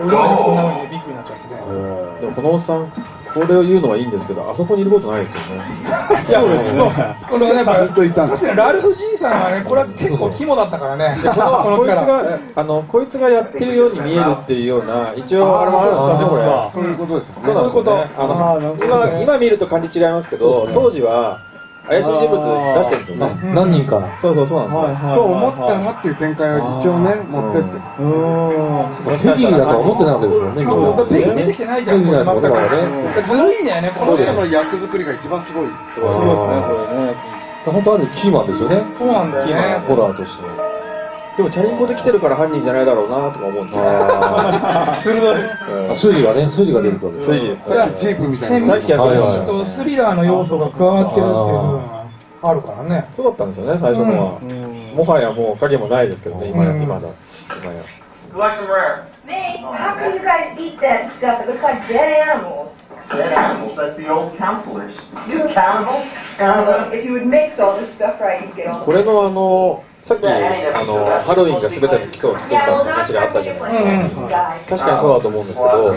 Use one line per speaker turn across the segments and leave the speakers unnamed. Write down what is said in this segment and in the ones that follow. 俺はこんな風にねビッグになっちゃってね。
でもこのおっさん、これを言うのはいいんですけど、あそこにいることないですよね。
いや、
そうです
もうこれはね、やっぱり、確かにラルフ爺さんはね、これは結構肝だったからね、
でこのこいつ
力
が あのこいつがやってるように見えるっていうような一応あれもあるんですよねこれ
そういうことですよね。
そうなんですよねあ
あーなる
の
ほどね
今今見ると感じ違いますけど当時は怪しい人物出してるんですよね
うん
何人か。
そうそうそうなんですよ、
と思ったらっていう展開を一応ね、持ってって。
うーん。
フィギュアだとは思ってなかったですよね、みん
そうそう、
な。
ペイ出てきてないじゃん、
出てきてないですよだから
全くずるいんだよね、こ
この
の人
人の
の。
役作りが一番すごい。
すごいですねこれね
本当あるキーマンですよね。
そうなんだ
キーマ
よ
ン
ね。
ホラーとしてでもチャリンコで来てるから犯人じゃないだろうなとか思うんですよ
鋭い。
あ推理がね、推理が出るってわけです
ついです
ジープみたい
ね、
な。
ミ
確
ス
か
テリ
に
はいはい
ーとスリラーの要素が加わってるっていう部分があるからね。
そうだったんですよね最初のは、もはやもう影もないですけどね今や今だ今や
What's the rare?
Me? How can you guys eat that stuff? It looks like dead animals.
Dead animals. That's the old counselors. You a cannibal?
Um, if you would mix all this stuff right, you'd get all.
これのあのさっきあのハロウィンが全ての基礎を作った
Yeah,
っ
well,
て話
not
があっ
trying
たじ
to
ゃ
get
ないですか確
one mm. guy.
かにそうだと思うんですけど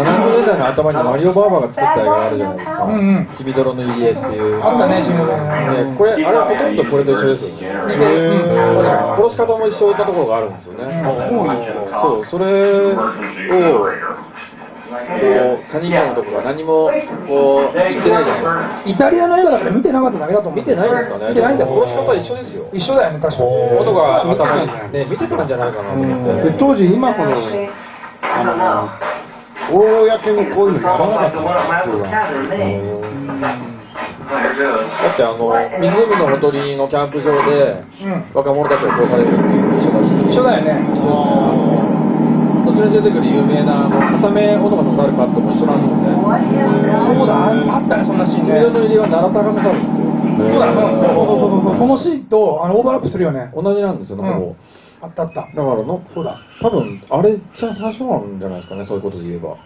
70年代の頭にマリオ・バーバーが作った映画あるじゃないですか
うんうん
「君泥の入り江」っていう
あったね、ジムね。
ねこれあれはほとんどこれと一緒ですよね確かに殺し方も一緒なところがあるんですよねそうそれをこう谷川のとこが何もこう言ってないじゃない
イタリアの映画だから見てなかっただけだと思う。
見てないんですかね
見てないんだよ。
殺し方一緒ですよ
一緒だよね、確かに。
音が頭にね見てたんじゃないかなと思って
で当時、今ほど、あの、公にこういうのやらなかったんですよ、普通は。
だってあの湖のほとりのキャンプ場で
うん
若者たちが殺されるっていうのが一緒だし
一緒だよね。
途中で出てくる有名なあの片目男が刺さるカットも一緒なんですよね
What is
そうだ、あったね、そんなシーンね。
水の入りは奈良田が刺さるんですよ
そうだ、そうそうそう
う
そう、そのシーンとあのオーバーラップするよね。
同じなんですよ
う
ね、
ん
ほぼ
あったあった。
だからのそうだ多分あれじゃ最初なんじゃないですかねそういうことで言えば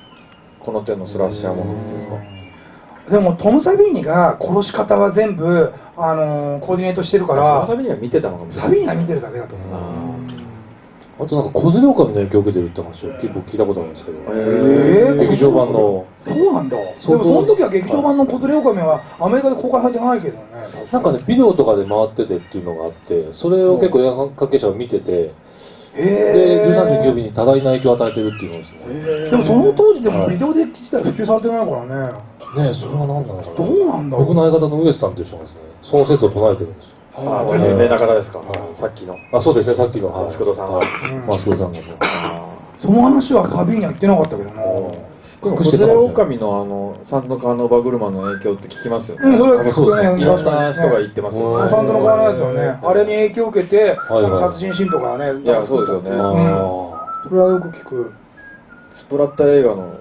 この手のスラッシャーものっていうか
でもトム・サビーニが殺し方は全部、あのーコーディネートしてるか
わ
ら
さびには見てたのかもしれな
サ
い
ビーニが見てるだけだと思う
あとなんか、小連れ狼の影響を受けてるって話を結構聞いたことあるんですけど。
へ
ー
劇場版の。
そうなんだでもそ
相当
の時は劇場版の「小連れ狼」はアメリカで公開されてないけどね
なんかね、ビデオとかで回っててっていうのがあって、それを結構映画関係者が見てて、で、
へ
13日
え
日に多大な影響を与えてるっていうのですね。
でもその当時でもビデオデッキ自体普及されてないからね
ねえ、それは何なのかな
どうなんだろう
僕の相方の上地さんという人がですね、その説を唱えてるんですよ。
あー有名な方ですかさっきの
あ、そうですね、さっきの。はい
松本さんが
はい松本さんがね。
その話はサビーニは言ってなかったけどな
でも、
隠
小
してた
連
か
れ
も
狼のあの、三の川の馬車の影響って聞きますよ
うん、
ね。
それは聞くね、
いろんな人が言ってますよ
サンドの側のやつはね、あれに影響を受けて、
いはい
なんか殺人シーンとかね、
いや、そうですよ
あ
ね。
それはよく聞く。
スプラッタ映画の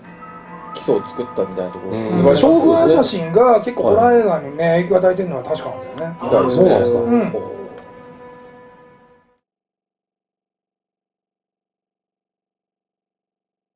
基礎を作ったみたいなところ。
うん
言われて
将軍
ますよね
写真が結構ホラー映画にね、影響を与えてるのは確かなんだよね。
あ、そうなんですか。
うん。